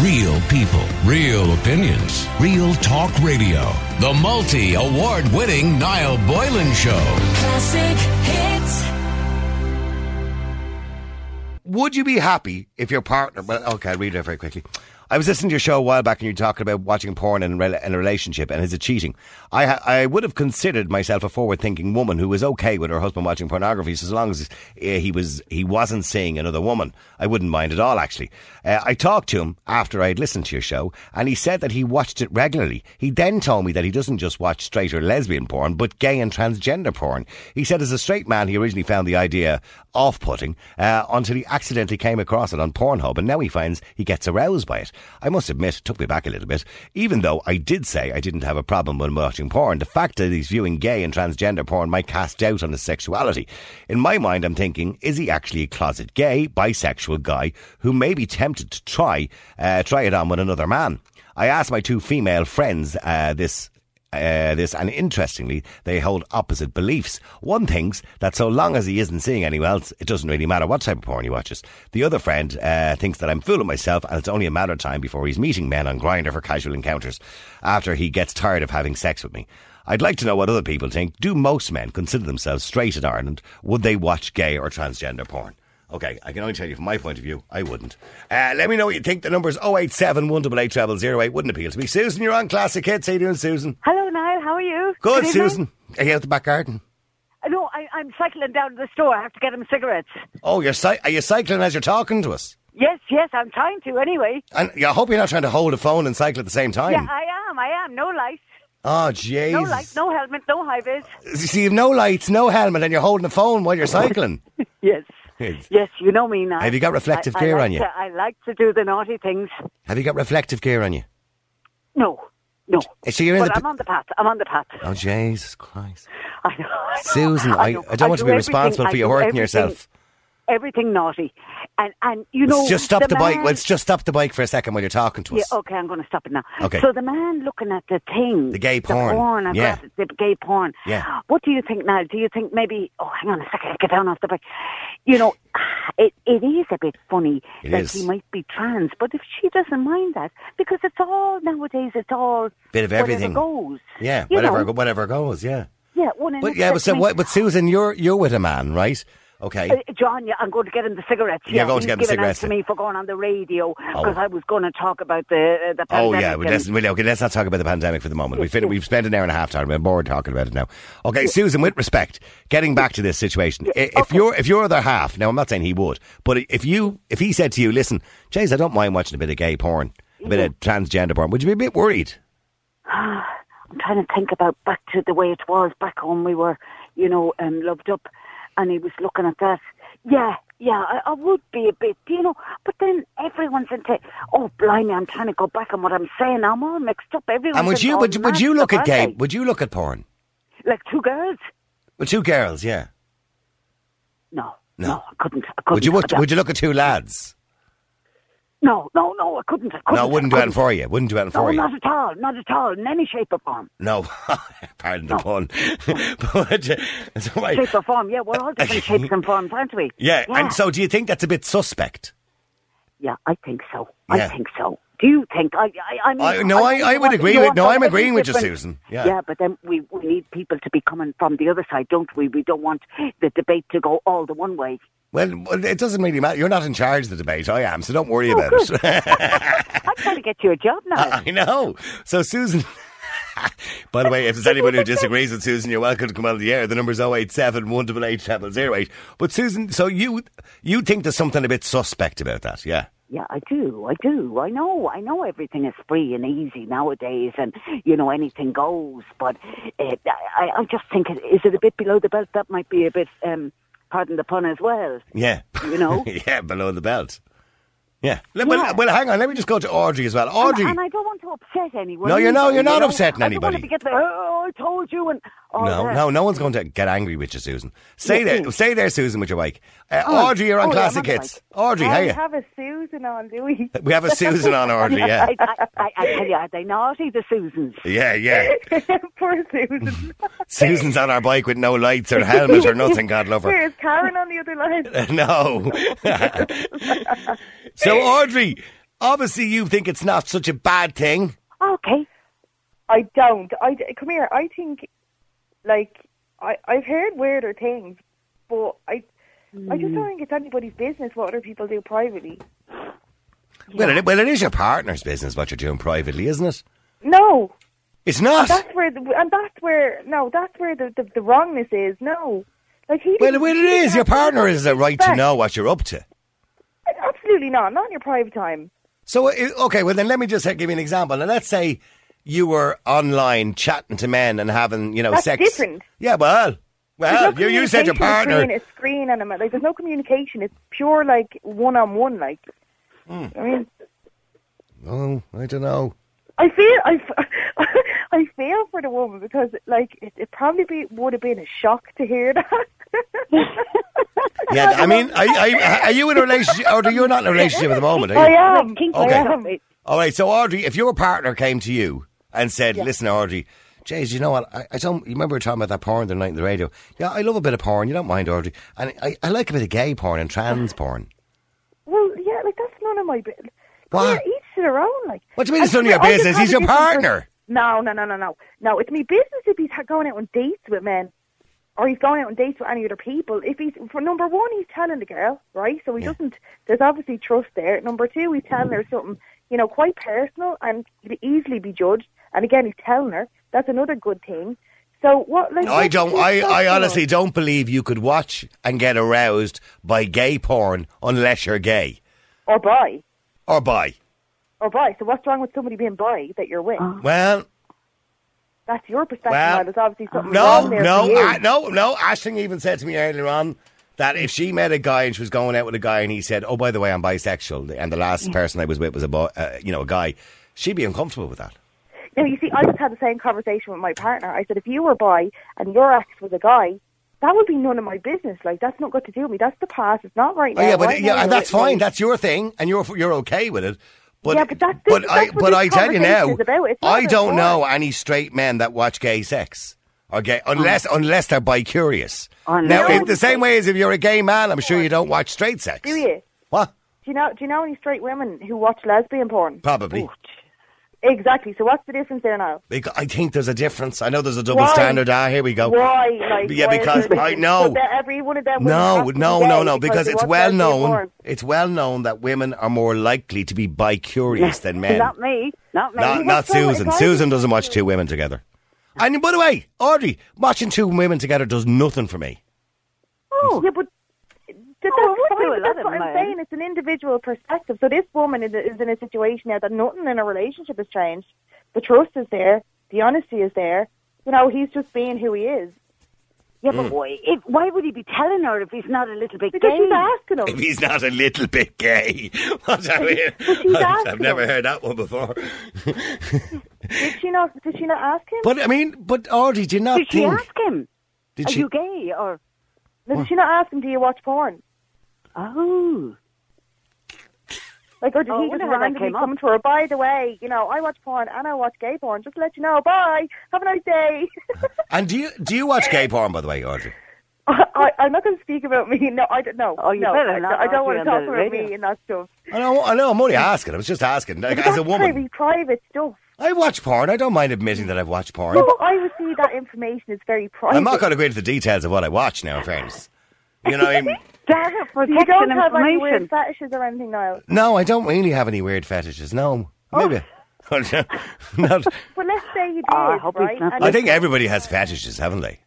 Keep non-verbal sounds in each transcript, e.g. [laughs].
Real people, real opinions, real talk radio. The multi award winning Niall Boylan Show. Classic hits. Would you be happy if your partner? Well, okay, I'll read it very quickly. I was listening to your show a while back, and you talking about watching porn in, a rela- in a relationship, and is it cheating? I ha- I would have considered myself a forward-thinking woman who was okay with her husband watching pornography, so as long as uh, he was he wasn't seeing another woman, I wouldn't mind at all. Actually, uh, I talked to him after I had listened to your show, and he said that he watched it regularly. He then told me that he doesn't just watch straight or lesbian porn, but gay and transgender porn. He said as a straight man, he originally found the idea off-putting uh, until he accidentally came across it on Pornhub, and now he finds he gets aroused by it. I must admit, it took me back a little bit. Even though I did say I didn't have a problem when watching porn, the fact that he's viewing gay and transgender porn might cast doubt on his sexuality. In my mind, I'm thinking, is he actually a closet gay, bisexual guy who may be tempted to try uh, try it on with another man? I asked my two female friends uh, this uh, this, and interestingly, they hold opposite beliefs. One thinks that so long as he isn't seeing anyone else, it doesn't really matter what type of porn he watches. The other friend uh, thinks that I'm fooling myself and it's only a matter of time before he's meeting men on Grinder for casual encounters after he gets tired of having sex with me. I'd like to know what other people think. Do most men consider themselves straight in Ireland? Would they watch gay or transgender porn? Okay, I can only tell you from my point of view, I wouldn't. Uh, let me know what you think. The number's 087 188 008. Wouldn't appeal to me. Susan, you're on Classic Hits. How you doing, Susan? Hello, Niall. How are you? Good, evening. Susan. Are you out the back garden? Uh, No, I, I'm cycling down to the store. I have to get him cigarettes. Oh, you're cy- are you cycling as you're talking to us? Yes, yes, I'm trying to anyway. And I hope you're not trying to hold a phone and cycle at the same time. Yeah, I am. I am. No lights. oh, jeez. No lights. No helmet. No high vis. See, you've no lights, no helmet, and you're holding a phone while you're cycling. Yes. Yes. Yes, you know me now. Have you got reflective I, I gear like on you? To, I like to do the naughty things. Have you got reflective gear on you? No, no. Eh, So you're in Well, the. I'm on the path. I'm on the path. [laughs] oh, Jesus Christ. I know. I know. Susan, I, know. I don't want to do be everything- responsible I for you do hurting everything- yourself. Everything naughty, and and you know. Let's just stop the, bike. man- Let's just stop the bike for a second while you're talking to us. Yeah, okay, I'm going to stop it now. Okay. So the man looking at the thing, The gay porn. the porn, I've Yeah. got it, the gay porn. Yeah. What do you think now? Do you think maybe? Oh, hang on a second, get down off the bike. You know, [sighs] it it is a bit funny It that is. he might be trans, but if she doesn't mind that, because it's all nowadays, it's all Bit of whatever everything. goes. Yeah, You whatever, know? whatever goes. Yeah. Yeah, one and But it's yeah, but just so me- what? But Susan, you're you're with a man, right? Okay. Uh, John, yeah, I'm going to get him the cigarettes. You're yeah, going to he's get him giving cigarettes, out to yeah. me for going on the radio Oh. because I was going to talk about the uh, the Oh pandemic. yeah, well, and- let's, well, okay, let's not talk about the pandemic for the moment. We've, fin- we've spent an hour and a half time. We're bored talking about it now. Okay, Susan, with respect, getting back to this situation, i- if your if your other half, now I'm not saying he would, but if you if he said to you, listen, James, I don't mind watching a bit of gay porn, a bit Mm-hmm. of transgender porn, would you be a bit worried? I'm trying to think about back to the way it was back home. We were, you know, um, loved up, and he was looking at that. Yeah, yeah, I, I would be a bit, you know. But then everyone's into, oh, blimey, I'm trying to go back on what I'm saying. I'm all mixed up. Everyone's And would into you all would, you- would mad you look stuff, at gay? aren't Would you look at porn? they? Like two girls? With two girls, yeah. No, No. no, I couldn't. I couldn't. Would you would, I- would you look at two lads? No, no, no, I couldn't. I couldn't No, wouldn't do I anything couldn't. for you. Wouldn't do anything No, for you. not at all. Not at all. In any shape or form. No, [laughs] pardon the No. pun. [laughs] but, uh, so I- Shape or form. Yeah, we're all [laughs] different shapes and forms, aren't we? yeah, and so do you think that's a bit suspect? Yeah, I think so. Yeah. I think so. Do you think? I, I, I mean, I- no, I- think I you would want- agree you with- want no, I'm every agreeing with you, different- Susan. Yeah. yeah, but then we, we need people to be coming from the other side, don't we? We don't want the debate to go all the one way. Well, well, it doesn't really matter. You're not in charge of the debate. I am, so don't worry about it. I'm trying to get you a job now. [laughs] I know. So, Susan. [laughs] By the way, if there's anybody who disagrees with Susan, you're welcome to come on the air. The number's 087 188 0008. But, Susan, so you you think there's something a bit suspect about that, yeah? Yeah, I do. I do. I know. I know everything is free and easy nowadays, and you know anything goes. But uh, I, I just think it, is it a bit below the belt? That might be a bit. Um, pardon the pun as well. Yeah. You know? [laughs] yeah, below the belt. Yeah. Le- Yeah. Well, well, hang on. Let me just go to Audrey as well. Audrey. And, and I don't want to upset anyone. No, you know, either, you're not you know? upsetting I don't want anybody. to be getting, oh, I told you, and all no, that. no, no one's going to get angry with you, Susan. Stay Yeah, there, please. stay there, Susan, with your bike. Uh, Audrey, you're on oh, yeah, I'm Classic on the Oh, Hits. Audrey, how we you? have a Susan on, do we? We [laughs] have a Susan on Audrey. Yeah, I, I, I, I tell you, are they naughty, the Susans? yeah, [laughs] yeah. [laughs] Poor [laughs] Susan. Susan's on our bike with no lights or helmet or nothing. God love [laughs] her. [laughs] There's Karen on the other line. No. [laughs] so Audrey, Obviously, you think it's not such a bad thing. Okay. I don't. I d- come here. I think, like, I I've heard weirder things, but I I just don't think it's anybody's business what other people do privately. Well, it, well, it is your partner's business what you're doing privately, isn't it? No, It's not. that's where the, and that's where no, that's where the, the the wrongness is. No, like he. Well, didn't- well, it he didn't is. Your have- partner has a right to know what you're up to. Absolutely not. Not in your private time. So, i- okay, well, then let me just uh, give you an example. And let's say you were online chatting to men and having, you know, That's sex. different. Yeah, well, well, There's no you, you said your communication partner. Between a screen and a ma- like, there's no communication. It's pure like one on one. Like, Hmm. I mean, Oh, I don't know. I feel I, f- [laughs] I feel for the woman because like it, it probably be, would have been a shock to hear that. Yeah, I mean, are, are, are you in a relationship, or are you [laughs] not in a relationship at the moment? Are I you? am. Okay. I am. All right, so Audrey, if your partner came to you and said, listen, Audrey, Jays, you know what? I, I don't. You remember we were talking about that porn the night on the radio? Yeah, I love a bit of porn. You don't mind, Audrey. And I, I like a bit of gay porn and trans porn. Well, yeah, like that's none of my business. What? Yeah, each to their own. Like, What do you mean I it's none of your could- I could business? have He's your a different partner. pers- No, no, no, no, no, no. It's me business if he's ha- going out on dates with men, or he's going out on dates with any other people. If he's for number one, he's telling the girl, right? So he doesn't. There's obviously trust there. Number two, he's telling her something, you know, quite personal and could easily be judged. And again, he's telling her. That's another good thing. So what? Like, I what's don't. the [laughs] I, stuff I going honestly on? don't believe you could watch and get aroused by gay porn unless you're gay or buy or bi. or buy. So what's wrong with somebody being buy that you're with? Well, That's your perspective. Well, Well, there's obviously something no, wrong there for no, you. uh, no, no. Ashling even said to me earlier on that if she met a guy and she was going out with a guy and he said, "Oh, by the way, I'm bisexual," and the last person I was with was a boy, uh, you know, a guy, she'd be uncomfortable with that. No, you see, I just had the same conversation with my partner. I said, if you were bi and your ex was a guy, that would be none of my business. Like, that's not got to do with me. That's the past. It's not right Oh, now. yeah, but Right yeah, now and you're that's with me. fine. That's your thing, and you're you're okay with it. But Yeah, but that's- but that's I what but this I tell you now, conversation is about. It's not I about don't porn. know any straight men that watch gay sex. Or gay, unless Oh. unless they're bi curious. Oh, no. Now, if, the same way as if you're a gay man, I'm sure you don't watch straight sex. Do you? What? Do you know? Do you know any straight women who watch lesbian porn? Probably. Exactly. So what's the difference there now? Bec- I think there's a difference. I know there's a double Why? standard. Ah, here we go. Why? Like, Yeah, why is because there a I difference? know. So that every one of them. women No, has to be no, gay no, no. Because they it's watch well lesbian known. porn. It's well known that women are more likely to be bi curious [laughs] than men. Not me. Not me. Not, not what's wrong with Susan. guys? Susan doesn't watch two women together. And by the way, Audrey, watching two women together does nothing for me. Oh. Yeah, but that, that's Oh, we fine, do a lot but that's of what I'm mine. saying. It's an individual perspective. So this woman is, is in a situation now that nothing in a relationship has changed. The trust is there. The honesty is there. You know, he's just being who he is. Yeah, Mm. but why, if, why would he be telling her if he's not a little bit Because gay? she's asking If him. he's not a little bit gay. [laughs] What are [laughs] we- she's I've asking never him. heard that one before. [laughs] Did she not? Did she not ask him? But I mean, but Audrey, did you not Did she think? ask him? Did Are she? you gay or? No, did she not ask him? Do you watch porn? Oh, Like, or did Oh, I he just wonder how that randomly came up. come to her? By the way, you know, I watch porn and I watch gay porn. Just to let you know. Bye. Have a nice day. [laughs] And do you do you watch gay porn? By the way, Audrey. I, I'm not going to speak about me. [laughs] No, I don't. No, Oh, you no, better I, not, I don't Audrey, want to on talk the about radio. me and that stuff. I know, I know. I'm only asking. I was just asking. Like, But as a that's woman, very private stuff. I watch porn. I don't mind admitting that I've watched porn. No, but I receive that information as very private. I'm not going to go into the details of what I watch now, friends. You know, I'm, data You protection don't have any weird information. fetishes or anything now. no, I don't really have any weird fetishes. No, Oh. maybe. [laughs] [laughs] Not- But let's say you did, Oh, Ah, I hope he's right? not And I you- think everybody has fetishes, haven't they?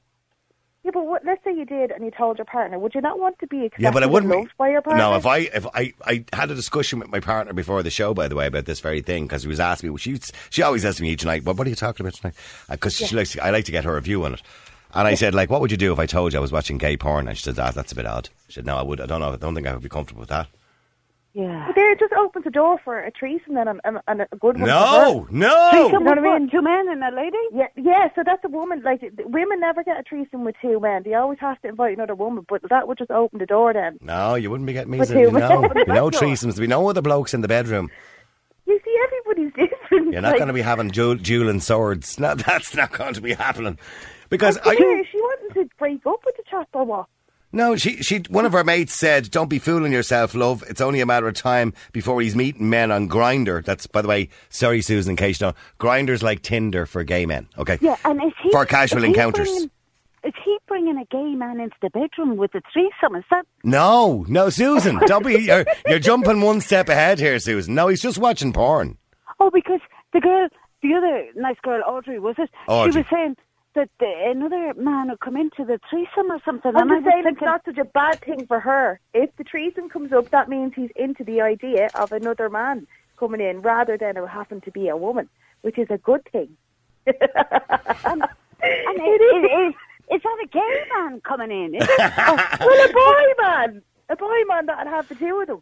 Yeah, but what, let's say you did and you told your partner. Would you not want to be accepted Yeah, but I and wouldn't. loved by your partner? No, if I if I I had a discussion with my partner before the show, by the way, about this very thing because he was asking me. She she always asks me each night, "What what are you talking about tonight?" Because she likes. I like to get her review on it. And I said, like, what would you do if I told you I was watching gay porn? And she said, ah, that's a bit odd. She said, no, I would. I don't know. I don't think I would be comfortable with that. Yeah. But there, it just opens the door for a threesome then and, and, and a good one. No, You no. know what I mean? Two men and a lady? for her. Yeah, yeah. So that's a woman. Like th- women never get a threesome with two men. They always have to invite another woman. But that would just open the door then. No, you wouldn't be getting me. But to- who- [laughs] No, no but that's not- threesomes. There'd be no other blokes in the bedroom. You see, everybody's [laughs] different. You're not like, going to be having duel, dueling swords. No, [laughs] that's not going to be happening. Because Here, I, she wanted to break up with the chap or what? No, she, she, one of her mates said, don't be fooling yourself, love. It's only a matter of time before he's meeting men on Grinder. That's, by the way, sorry, Susan, in case you know, Grinder's like Tinder for gay men. Okay. Yeah, and is he For casual is he encounters. bringing- is he bringing a gay man into the bedroom with a threesome? Is that No, no, Susan, don't be, you're, you're jumping one step ahead here, Susan. No, he's just watching porn. Oh, because the girl, the other nice girl, Audrey, was it? Audrey. She was saying that the, another man had come into the threesome or something. I'm and I just was saying it's thinking, not such a bad thing for her. If the treason comes up, that means he's into the idea of another man coming in rather than it happened to be a woman, which is a good [laughs] thing. and it- it- it- is that a gay man coming in? Is [laughs] it? well, a boy man, a boy man that'd have the two of them.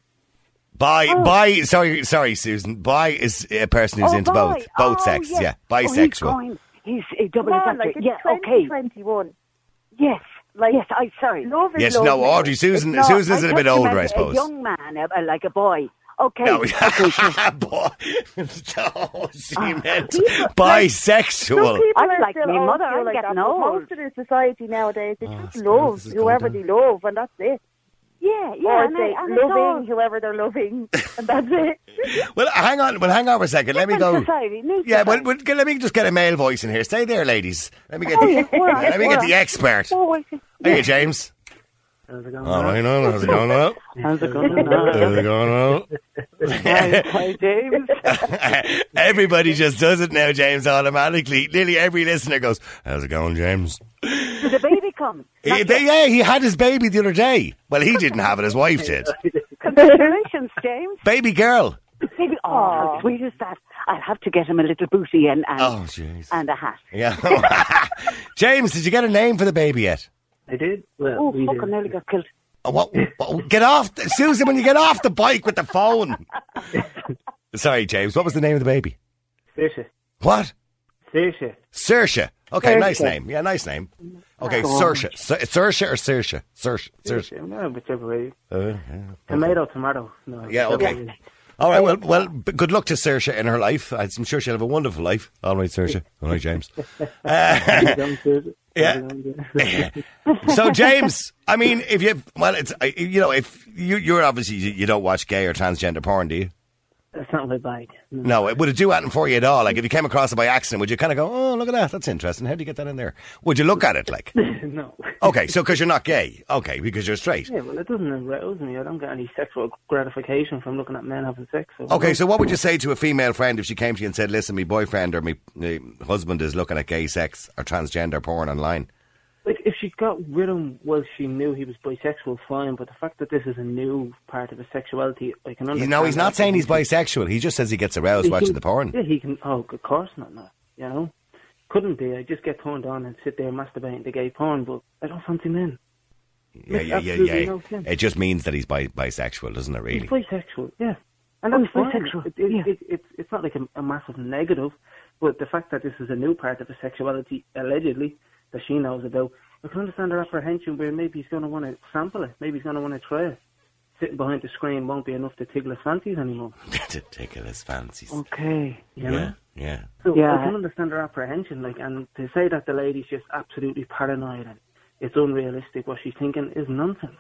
Bi, bi, sorry, sorry, Susan. Bi is a person who's Oh, into bi. both, both Oh, sexes, yeah. Oh, he's, Bisexual. going, he's a double Come on, factor. like it's yeah, 20, okay. 21. Yes, Like- yes, I'm sorry. Love is Yes, love, no, man. Audrey, Susan, It's not- Susan is a I little bit thought you older, I meant suppose. A young man, a, a- like a boy. Okay. [laughs] No, [laughs] okay, sure. Boy. [laughs] no, she meant bisexual. Some people I'm are like still my old mother, school I'm like getting that, but old. Ah, Most of the society nowadays, they just it's- love this is going whoever down. they love, and that's it. Yeah, yeah, or and, they I, and it's all loving whoever they're loving, [laughs] and that's it. Well, hang on. Well, hang on for a second. Let me Different [laughs] go. society, new Yeah, well, society. well, let me just get a male voice in here. Stay there, ladies. Let me get the, yeah, we're [laughs] on, [laughs] let me we're get on. the expert. Oh, I see. Hey, James. How's it going? All right, on. How's it going [laughs] on? How's [laughs] it going? on? [laughs] How's it going on? hi, hi, James. Everybody just does it now, James, automatically. Nearly every listener goes, How's it going, James? Did the baby [laughs] come? He, they, yeah, he had his baby the other day. Well, he didn't have it, his wife did. Congratulations, James. Baby girl. Maybe, oh, how sweet is that? I'll have to get him a little booty and and, Oh, jeez. and a hat. Yeah. [laughs] James, did you get a name for the baby yet? I did. Well, Oh, we fuck, I did. nearly got killed. Oh, what, what- get off, the, Susan, when you get off the bike with the [laughs] phone. Sorry, James. What was the name of the baby? Sisha. What? Sisha. Sersha. Okay, nice name. Yeah, nice name. Okay, Sersha. Ser- Sersha or Sersha? Sersha. Sersha. Sisha. No, whichever way. Uh, yeah. Tomato, tomato. No, Yeah, whichever okay. way. All right, well, well, b- good luck to Sersha in her life. I'm sure she'll have a wonderful life. All right, Sersha. All right, James. How's it going, Sisha? [laughs] Yeah. How's it [laughs] going, [laughs] James? so James, I mean, if you well, it's I- you know, if you you're obviously you, you don't watch gay or transgender porn, do you? That's not my bike. [laughs] No. No, it would it do anything for you at all? Like if you came across it by accident, would you kind of go, "Oh, look at that, that's interesting. How do you get that in there?" Would you look at it like, no. okay, so because you're not gay, okay, because you're straight. Yeah, well, it doesn't arouse me. I don't get any sexual gratification from looking at men having sex. So Okay, so what would you say to a female friend if she came to you and said, "Listen, my boyfriend or my, my husband is looking at gay sex or transgender porn online"? Like, if she got rid of him while she knew he was bisexual, fine, but the fact that this is a new part of his sexuality, I can You understand. know, he's not that. saying he's bisexual. He just says he gets aroused He watching can- the porn. Yeah, he can. Oh, of course not, no. You know? Couldn't be. I just get turned on and sit there masturbating to gay porn, but I don't fancy men. Yeah, Makes yeah, yeah, absolutely yeah. no sense. It just means that he's bi- bisexual, doesn't it? Really? [laughs] He's bisexual, yeah. And Oh, he's that's fine. bisexual, It, it, yeah. it, it's, it's not like a, a massive negative, but the fact that this is a new part of his sexuality, allegedly, that she knows about, I can understand her apprehension where maybe he's going to want to sample it. Maybe he's going to want to try it. Sitting behind the screen won't be enough to tickle his fancies anymore. to tickle his fancies. Okay. You know? Yeah, yeah. So Yeah. I can understand her apprehension, like, and to say that the lady's just absolutely paranoid and it's unrealistic what she's thinking is nonsense.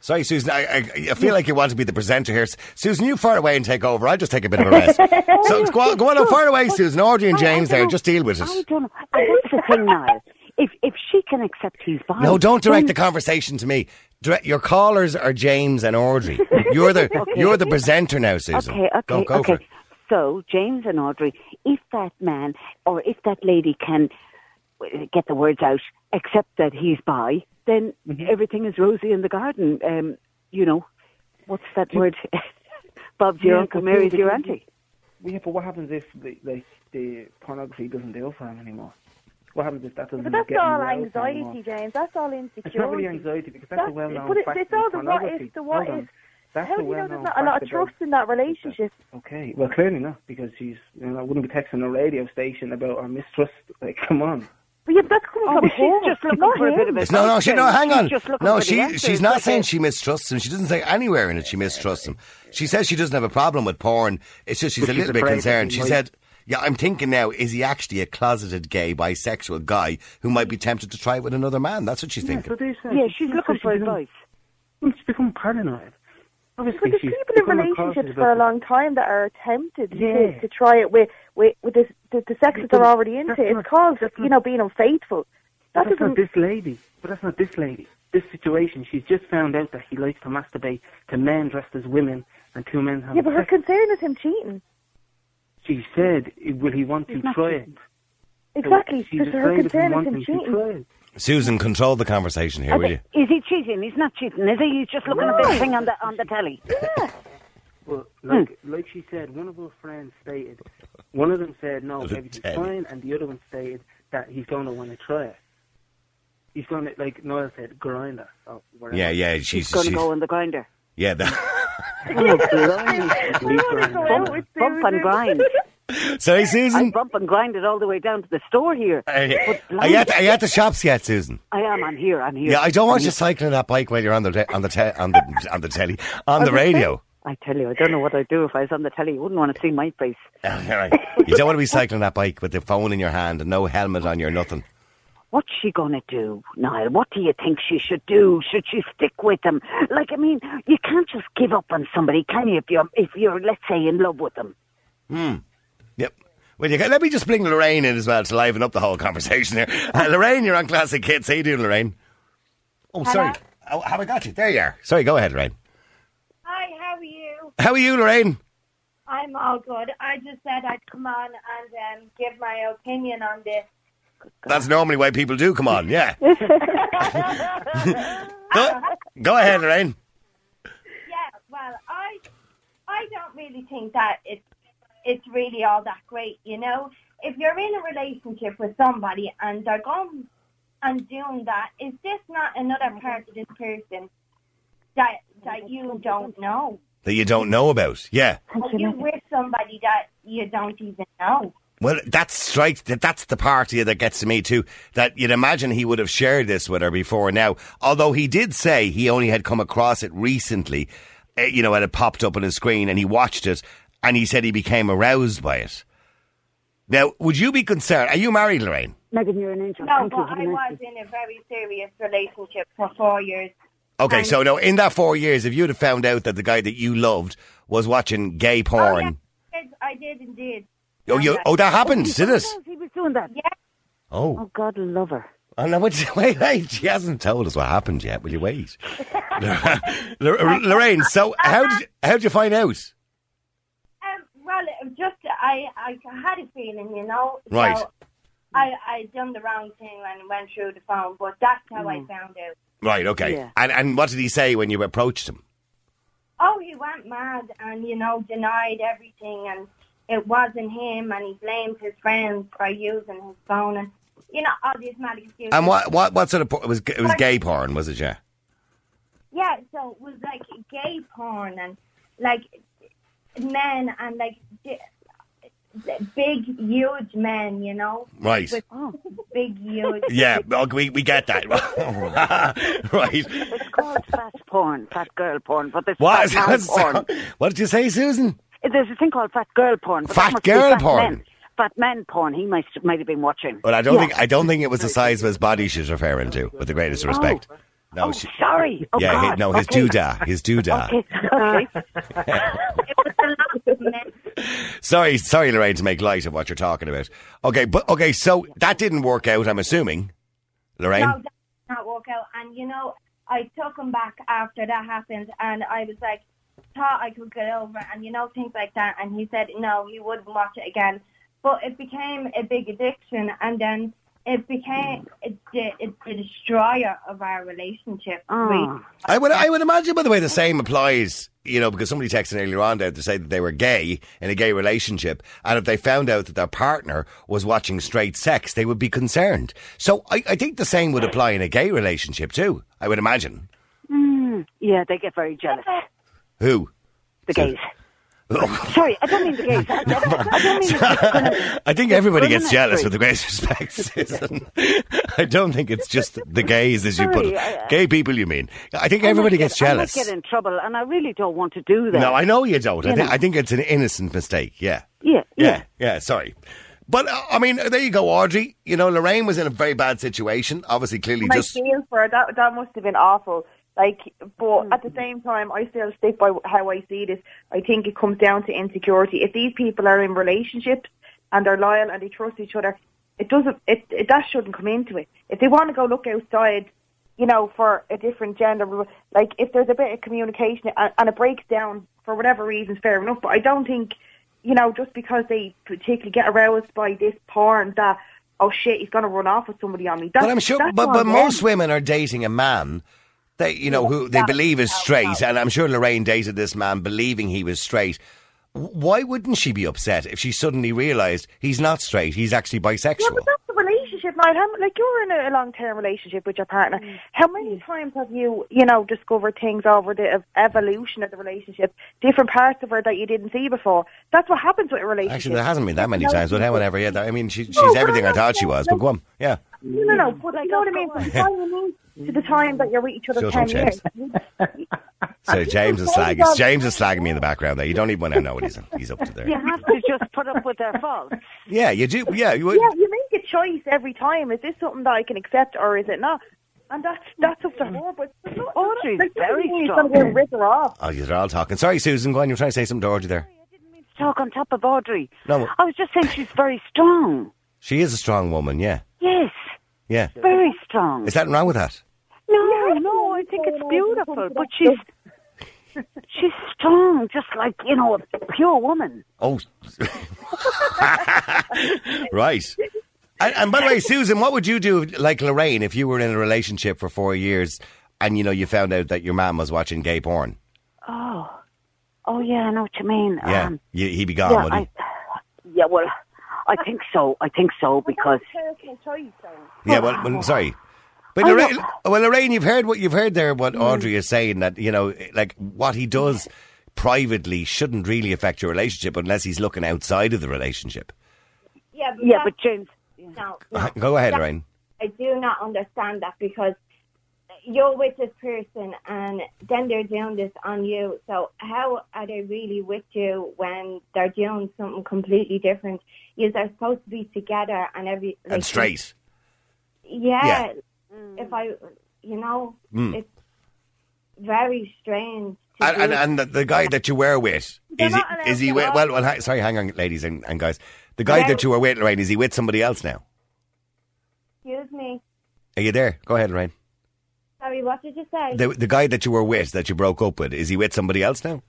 Sorry, Susan. I, I, I feel like you want to be the presenter here. S- Susan, you fire away and take over. I'll just take a bit of a rest. [laughs] so go on, go on, fire away, Susan. Audrey and I- I James there. don't- Just deal with I it. don't know. And that's the thing now. If if she can accept he's bi, No, don't direct the then- conversation to me. Direct, your callers are James and Audrey. You're [laughs] the you're the presenter now, Susan. Okay, okay, Go, go okay. for it. So James and Audrey, if that man or if that lady can uh, get the words out, accept that he's bi, then Mm-hmm. everything is rosy in the garden. Um, you know, what's that word? [laughs] Bob's your Yeah, uncle, but Mary's the- your auntie. Yeah, but what happens if the, like the pornography doesn't do it for him anymore? What happens if that doesn't? But that's get him all aroused anxiety, anymore? James. That's all insecurity. It's not really anxiety because that's, a well-known but it- fact. It's in all the what pornography. ifs, the what Hold on. ifs. That's How the do you know there's well-known not a lot fact of about- trust in that relationship? Okay, well, clearly not because she's. You know, I wouldn't be texting a radio station about our mistrust. Like, come on. But yeah, but that's coming Oh, from but she's just looking not for a him. bit of It's- no, no, she, no, hang She's on. just looking no, for the she, answers, she's not like saying a- she mistrusts him. She doesn't say anywhere in it she mistrusts him. She says she doesn't have a problem with porn. It's just she's But a she's little bit afraid that concerned. he She might- said, Yeah, I'm thinking now, is he actually a closeted gay bisexual guy who might be tempted to try it with another man? That's what she's Yeah, thinking. so they said- Yeah, she's so looking she for become- advice. She's become paranoid. Obviously, But there's she's people in become across relationships as for a about- long time that are tempted Yeah. to, to try it with with, with this, the, the sex that they're already into. That's not- It's called that's you not- know being unfaithful. That that's not doesn't. this lady. But that's not this lady. This situation, she's just found out that he likes to masturbate to men dressed as women and two men having Yeah, but her sex. concern is him cheating. She said, "Will he want to try it?" Exactly. She's Because her afraid of him concern is him wanting to cheating. try it. [laughs] Susan, control the conversation here, will you? Is he cheating? He's not cheating, is he? He's just looking at this thing on the on the telly. Well, Hmm. like, like she said, one of her friends stated, one of them said, no, The everything's Teddy. fine, and the other one stated that he's going to want to try it. He's going to, like Noel said, grinder. Or whatever. Yeah, yeah, she's, He's going to she's- go in the [laughs] grinder. yeah. The, [laughs] Oh, blimey, she's [laughs] Go grinder. out with Bump and Susan. grind. sorry, I Susan. bump and grind it all the way down to the store here. Are you, But are you at, are you at the shops yet, Susan? I am. I'm here. I'm here. Yeah, I don't want you cycling that bike while you're on the te- on the te- on the on the telly [laughs] on the radio. I tell you, I don't know what I'd do if I was on the telly. You wouldn't want to see my face. All [laughs] right. You don't want to be cycling that bike with the phone in your hand and no helmet on your nothing. What's she going to do, Niall? What do you think she should do? Should she stick with him? Like, I mean, you can't just give up on somebody, can you? If you're, if you're let's say, in love with them. Yep. Well, you can, let me just bring Lorraine in as well to liven up the whole conversation here. [laughs] Uh, Lorraine, you're on Classic Hits. How you doing, Lorraine? Oh, sorry. Oh, have I got you? There you are. Sorry, go ahead, Lorraine. Hi, how are you? How are you, Lorraine? I'm all good. I just said I'd come on and um, give my opinion on this. That's normally why people do come on, yeah. [laughs] go, go ahead, Lorraine. Yeah, well, I I don't really think that it's it's really all that great, you know. If you're in a relationship with somebody and they're going and doing that, is this not another part of this person that that you don't know? That you don't know about, yeah. Are you with somebody that you don't even know? Well, that strikes that that's the part here that gets to me too. That you'd imagine he would have shared this with her before now. Although he did say he only had come across it recently, eh, you know, it had popped up on his screen and he watched it and he said he became aroused by it. Now, would you be concerned? Are you married, Lorraine? Megan, you're an angel. No, but I was in a very serious relationship for four years. Okay, so no, in that four years, if you'd have found out that the guy that you loved was watching gay porn, Oh, yes, I did indeed. oh, you, oh, that happened, did it? He was doing that. Yeah, Oh, Oh, God, love her. oh no, wait, [laughs] wait, wait, she hasn't told us what happened yet. Will you [laughs] wait? Lor- Lorraine, so how did you, how did you find out? um, well, it was just I, I had a feeling, you know. Right. So I, I done the wrong thing and went through the phone, but that's how Mm. I found out. Right, okay. Yeah. And and what did he say when you approached him? Oh, he went mad and you know denied everything, and it wasn't him, and he blamed his friends for using his phone, and you know all these mad excuses. And what what what sort of por- it was it was gay porn, was it? Yeah. Yeah, so it was like gay porn and like men and like d- d- big, huge men, you know, Right. with Oh, [laughs] big, huge. Yeah, well, we we get [laughs] that. right. [laughs] It's called fat porn, fat girl porn, but there's What fat man porn. what did you say, Susan? There's a thing called fat girl porn. But that Fat must be girl fat porn? Men. Fat man porn. He might might have been watching. Well, I don't Yeah. think I don't think it was the size of his body she's referring to. With the greatest respect. No, Oh, she, sorry. Oh, yeah, God. he, no, his uh, okay. doodah, his doodah. [laughs] Okay. okay. It was a [laughs] lot of men. Sorry, sorry, Lorraine, to make light of what you're talking about. Okay, but okay, so that didn't work out. I'm assuming, Lorraine. No, that did not work out. And you know, I took him back after that happened, and I was like, thought I could get over, it and you know things like that. And he said no, he wouldn't watch it again. But it became a big addiction, and then it became it, the, it, the destroyer of our relationship. Ah. really. I would, I would imagine. By the way, the same applies. You know, because somebody texted earlier on there to say that they were gay in a gay relationship, and if they found out that their partner was watching straight sex, they would be concerned. So I, I think the same would apply in a gay relationship too. I would imagine. Yeah, they get very jealous. Who? [laughs] Oh, The gays. Sorry, I don't mean [laughs] the gays. I, I- I don't mean the I think everybody gets jealous discriminatory. with the greatest respect, [laughs] Susan. I don't think it's just the gays, as you put Sorry, I- it. I- Gay people, you mean? I think [laughs] everybody gets jealous. I might get in trouble, and I really don't want to do that. No, I know you don't. I, You think, know. I think it's an innocent mistake. Yeah. Yeah, Yeah. yeah. Yeah. Sorry. But, uh, I mean, there you go, Audrey. You know, Lorraine was in a very bad situation. Obviously, clearly my just. feel for her, that that must have been awful. Like, but at Hmm. the same time, um, I still stick by how I see this. I think it comes down to insecurity. If these people are in relationships and they're loyal and they trust each other, it doesn't. It, it that shouldn't come into it. If they want to go look outside, you know, for a different gender, like if there's a bit of communication and, and it breaks down for whatever reasons, fair enough. But I don't think, you know, just because they particularly get aroused by this porn that. Oh shit! He's gonna run off with somebody on me. That's, But I'm sure. that's But, on but them. most women are dating a man. They, you know, who they believe is straight, and I'm sure Lorraine dated this man believing he was straight. W- Why wouldn't she be upset if she suddenly realised he's not straight? He's actually Yeah, bisexual. but that's the relationship, Niall. How, like you're in a, a long-term relationship with your partner. How many times have you, you know, discovered things over the ev- evolution of the relationship, different parts of her that you didn't see before? That's what happens with a relationship. Actually, there hasn't been that many No, times, but however, yeah, I mean, she, she's No, but everything I I'm thought not she was. But go on, yeah. No, no, no. But like, you know what I mean. From the time you meet [laughs] to the time that you're with each other Shut ten up, James. years. So James is James slagging. on- James is slagging me in the background there. You don't even want to know what he's he's up to You there. have to just put up with their faults. Yeah, you do. Yeah, you would. Yeah, you make a choice every time. Is this something that I can accept or is it not? And that's that's up to her. But it's not- Audrey's like, very you're strong. going to rip her off. [laughs] Oh, you're all talking. Sorry, Susan. Go on. You're trying to say something to Audrey there. Talk on top of Audrey. No. I was just saying she's very strong. She is a strong woman. Yeah, Yes, yeah. very strong. Is that wrong with that? No, no, I think it's beautiful, but she's [laughs] she's strong, just like you know, a pure woman. Oh, [laughs] right. And, and by the way, Susan, what would you do, like Lorraine, if you were in a relationship for four years and you know you found out that your mom was watching gay porn? Oh, oh yeah, I know what you mean. Yeah, Ah, Um, you, he'd be gone, yeah, would he? I, yeah, well, I think so. I think so because Personal choice, though. Yeah, well, well sorry. But I Mm. Lorraine, know. well, Lorraine, you've heard what you've heard there. What Audrey is saying that you know, like what he does privately shouldn't really affect your relationship unless he's looking outside of the relationship. Yeah, but, yeah, that's- but James, no, no. Go ahead, Yeah. Lorraine. I do not understand that because you're with this person and then they're doing this on you. So how are they really with you when they're doing something completely different? You are supposed to be together and every And straight. Yeah. If I, you know, it's very strange. To Mm. And, and, do. and the, the guy that you were with They're is he, not allowed is he to with, go. well, well ha- sorry hang on ladies and, and guys the guy Hello? that you were with Lorraine is he with somebody else now excuse me. are you there go ahead Lorraine Sorry, what did you say? the, the guy that you were with that you broke up with is he with somebody else now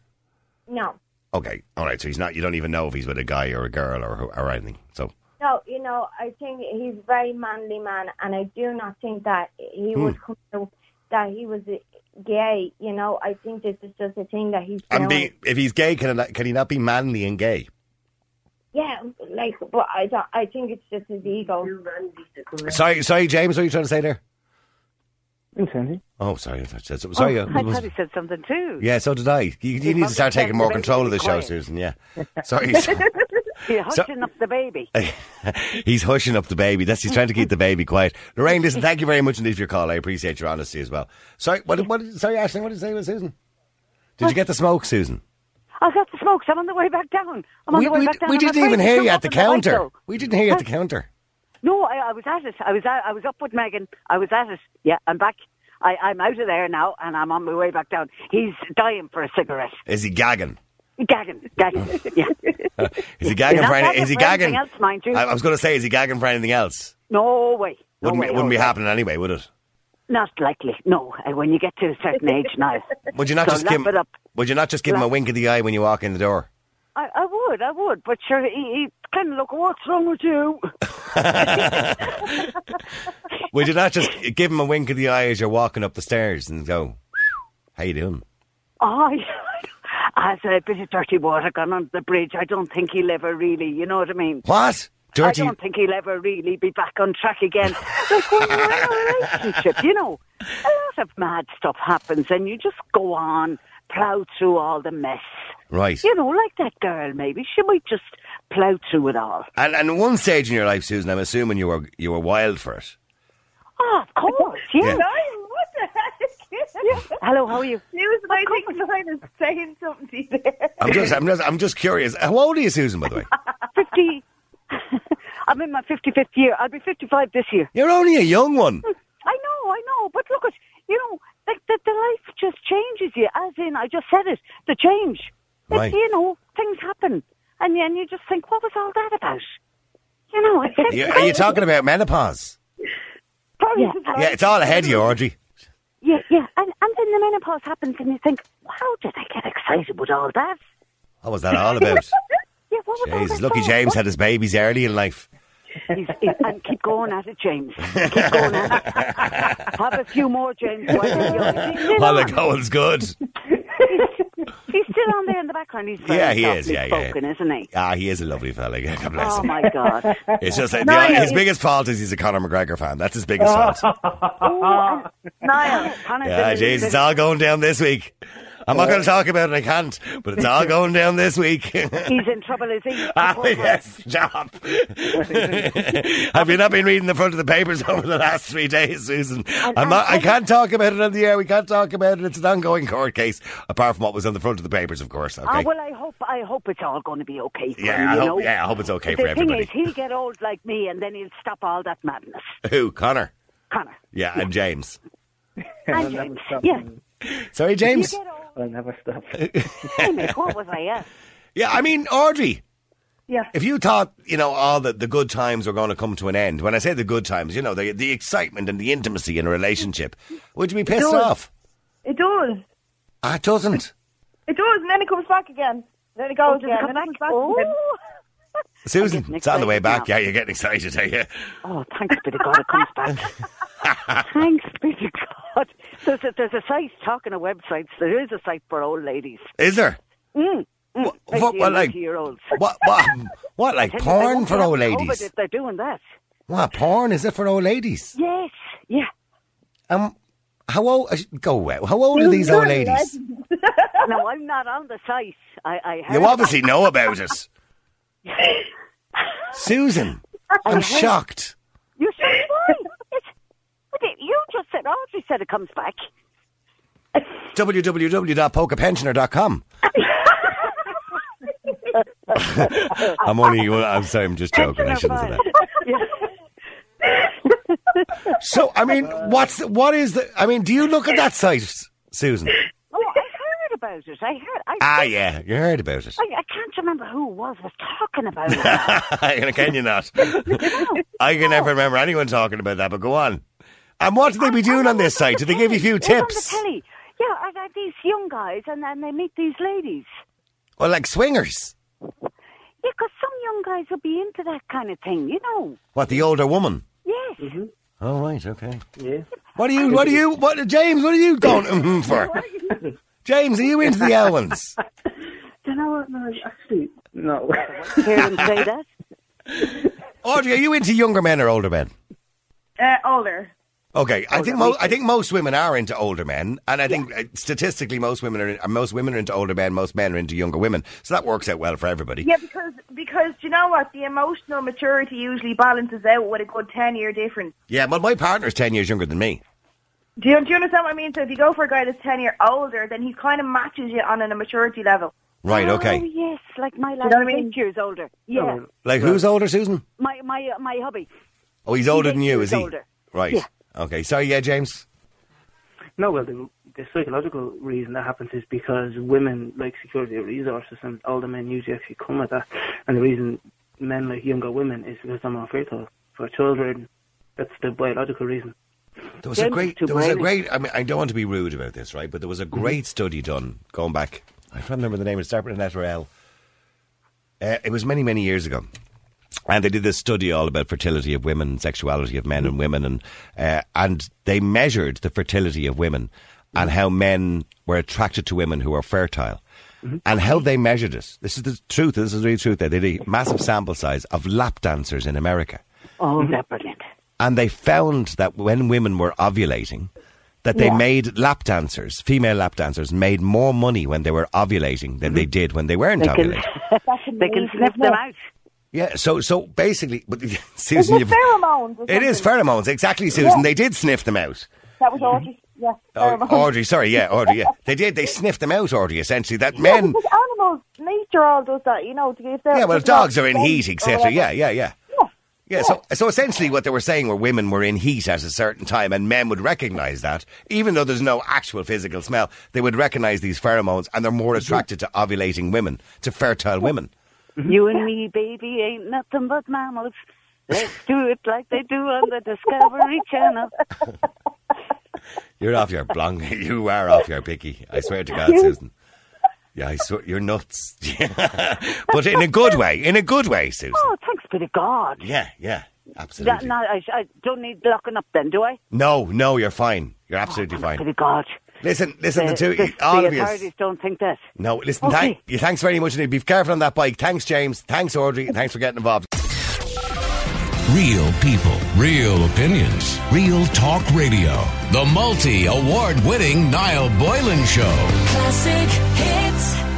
no. okay alright so he's not you don't even know if he's with a guy or a girl or, who- or anything so No, you know, I think he's a very manly man, and I do not think that he would come to that he was gay. You know, I think this is just a thing that he's and doing. be, if he's gay can, I not- can he not be manly and gay yeah, like, but I don't. I think it's just his ego. sorry sorry James what are you trying to say there Vincent, oh sorry I thought you said something. sorry oh, uh, I was- thought he said something too. yeah so did I you, you need to must start have said taking more the control of the baby show quiet. Susan [laughs] yeah sorry, sorry. You're hushing up the baby. [laughs] he's hushing up the baby. That's he's trying to keep the baby quiet. Lorraine, listen, thank you very much indeed for your call. I appreciate your honesty as well. Sorry, what? what sorry, Ashley, what did you say about Susan? Did you get the smoke, Susan? I got the smokes. I'm on the way back down. I'm on We, the way we- back down. we I'm didn't afraid even to hear jump you at up the in bike, counter. though. We didn't hear you at the Huh? counter. No, I, I was at it. I was at, I was up with Megan. I was at it. Yeah, I'm back. I, I'm out of there now, and I'm on my way back down. He's dying for a cigarette. Is he gagging? Gagging, gagging. [laughs] Yeah. Is he gagging not for any, gagging Is he for anything gagging? else, mind you. I, I was going to say, is he gagging for anything else? No way. No Wouldn't way, be, wouldn't be no way. happening anyway, would it? Not likely. No. Uh, When you get to a certain age [laughs] now, Would you not So just give? lap it up. Would you not just give him a Lap- wink of the eye when you walk in the door? I, I would, I would. But sure, he, he kind of look. What's wrong with [laughs] you? Would you not just [laughs] give him a wink of the eye as you're walking up the stairs and go, "How you doing?" I, [laughs] as a bit of dirty water gone under the bridge. I don't think he'll ever really. You know what I mean? What? Dirty. I don't think he'll ever really be back on track again. like when you're in a relationship, you know, a lot of mad stuff happens and you just go on. plough through all the mess. Right. You know, like that girl, maybe. She might just plough through it all. And and one stage in your life, Susan, I'm assuming you were you were wild for it. Oh, of course, Yeah. yeah. what the heck? Hello, how are you? Susan, I think mine is saying something to you there. I'm just I'm just I'm just curious. How old are you, Susan? By the way, 50. [laughs] I'm in my 55th year. I'll be 55 this year. you're only a young one. I know, I know. But look, at you know, the, the, the life just changes you. As in, I just said it, the change. It's, Right. You know, things happen. And then you just think, what was all that about? You know, it's You- Are you talking about menopause? Yeah, Yeah, it's all ahead of you, Audrey. yeah, yeah. And, and then the menopause happens and you think, how did I get excited with all that? What was that all about? Yeah, what was all Jesus, that Lucky for? James had his babies early in life. He's, he's, and keep going at it, James. Keep going at [laughs] it. Have a few more, James. Why don't you- He's still, While the on. going's good. he's still on there in the background. He's very Yeah, he is. Yeah, yeah. spoken, isn't he? Ah, he is a lovely fella. Yeah, God bless Oh him. my God! It's just that No, the, yeah, his it- biggest fault is he's a Conor McGregor fan. That's his biggest fault. Oh, and [laughs] Niall, Connor's Yeah, in the- jeez, it's all going down this week. I'm not going to talk about it. I can't. But it's all going down this week. [laughs] he's in trouble, is he? Ah, Poor yes, [laughs] job. Have you not been reading the front of the papers over the last three days, Susan? I'm not, I can't talk about it on the air. We can't talk about it. It's an ongoing court case, apart from what was on the front of the papers, of course. Okay. Ah, well, I hope I hope it's all going to be okay for him. yeah, I you hope, know? yeah, I hope it's okay for the thing everybody. is, he'll get old like me, and then he'll stop all that [laughs] madness. Who? Connor. Connor, Yeah, and James. and never James. stop. yeah, Sorry, you James. get old. I'll never stop. James, what was I [laughs] at? Yeah, I mean, Audrey. Yeah. If you thought, you know, all the, the good times were going to come to an end, when I say the good times, you know, the, the excitement and the intimacy in a relationship, would you be pissed does. off? It does. Ah, it doesn't. It does, and then it comes back again. Then it goes does it again, come and then it comes back? back Oh. again. Susan, getting it's on the way excited back. now. Yeah, you're getting excited, are you? Oh, thanks be to God, it comes back. [laughs] thanks be to God. There's a, there's a site talking of websites. There is a site for old ladies. Is there? Mm, What, what, what, like, year olds. what, what, um, what, [laughs] like porn for old COVID ladies? if they're doing that. What, porn? Is it for old ladies? Yes, yeah. Um, how old, uh, go away. How old are these old ladies? No, I'm not on the site. I, I heard You obviously know about [laughs] it. Susan, I'm heard- shocked. You said why? It's, but it- you just said Audrey said it comes back. www.pokerpensioner.com. [laughs] I'm only. well, I'm sorry. I'm just joking. I shouldn't say that. So, I mean, what's what is the? I mean, do you look at that site, Susan? Oh, I heard about it. I heard. I, Ah, yeah, you heard about it. [laughs] I, I can't remember who it was was talking about it. now. can you not? I can never remember anyone talking about that. But go on. And what do they be doing on this site? Do they give you a few It's on the tips? telly. Yeah, I got these young guys, and then they meet these ladies. Or like swingers? Yeah, 'cause some young guys will be into that kind of thing, you know. What the older woman? Yes. Oh right, okay. Yeah. What are you? What are you? What, James? What are you [laughs] going mhm for? James, are you into the Elwins? Do you know what? No, actually, no. Hear them [laughs] say that. Audrey, are you into younger men or older men? Uh, older. Okay, I think mo- I think most women are into older men, and I think uh statistically most women are in- uh, most women are into older men, most men are into younger women, so that works out well for everybody. Yeah, because because do you know what? The emotional maturity usually balances out with a good ten year difference. Yeah, but my partner's ten years younger than me. Do you, do you understand what I mean? So if you go for a guy that's ten year older, then he kind of matches you on an maturity level. Right? Oh Okay. yes, like my know lad, what I is mean? eight years older. Yeah, Like who's older, Susan? my my uh, my hubby. Oh, he's older than eight you, years is he? older. Right. Yeah. Okay. Sorry, yeah, James. [laughs] No, well, the, the psychological reason that happens is because women like security of resources, and older men usually actually come at that. And the reason men like younger women is because they're more fertile for children. That's the biological reason. There was a James is great. too There was a brainy. great. I mean, I don't want to be rude about this, right? But there was a great study done going back. I can't remember the name. It started with a letter L. Uh, it was many, many years ago, and they did this study all about fertility of women, sexuality of men and women, and uh, and they measured the fertility of women and how men were attracted to women who were fertile. And how they measured it. This is the truth. This is the real truth. They did a massive sample size of lap dancers in America. Oh, they're brilliant. And they found that when women were ovulating, that they Yeah. made lap dancers, female lap dancers, made more money when they were ovulating than they did when they weren't They can, [laughs] ovulating. they can sniff them out. Yeah, so so basically, but [laughs] Is Susan, it you've, pheromones? Or it is something? pheromones, exactly, Susan. Yeah. They did sniff them out. That was Audrey. Yeah. [laughs] Oh, pheromones. Audrey, sorry, yeah, Audrey, yeah, they did. They sniffed them out, Audrey. Essentially, that men, [laughs] Because animals, nature all does that, you know. To give their yeah, well, give dogs their- are in heat, or etc. whatever. Yeah, yeah, yeah. Yeah. Yeah, so so essentially what they were saying were women were in heat at a certain time and men would recognize that even though there's no actual physical smell they would recognize these pheromones and they're more attracted to ovulating women to fertile women. You and me, baby, ain't nothing but mammals. Let's do it like they do on the Discovery Channel. You're off your blong [laughs] you are off your picky. I swear to God, Susan. Yeah, I swear you're nuts. [laughs] but in a good way, in a good way, Susan. Oh, thanks be to God. Yeah, yeah. That, Absolutely. no, I, I don't need locking up then, do I? No, no, you're fine. You're absolutely Be fine. to God. Listen, listen the, the two e- the, all the of you. authorities don't think that. No, listen, Okay. thank, yeah, thanks very much indeed. Be careful on that bike. Thanks, James. Thanks, Audrey. and Thanks for getting involved. Real people, real opinions, real talk radio. The multi award winning Niall Boylan Show. Classic hits.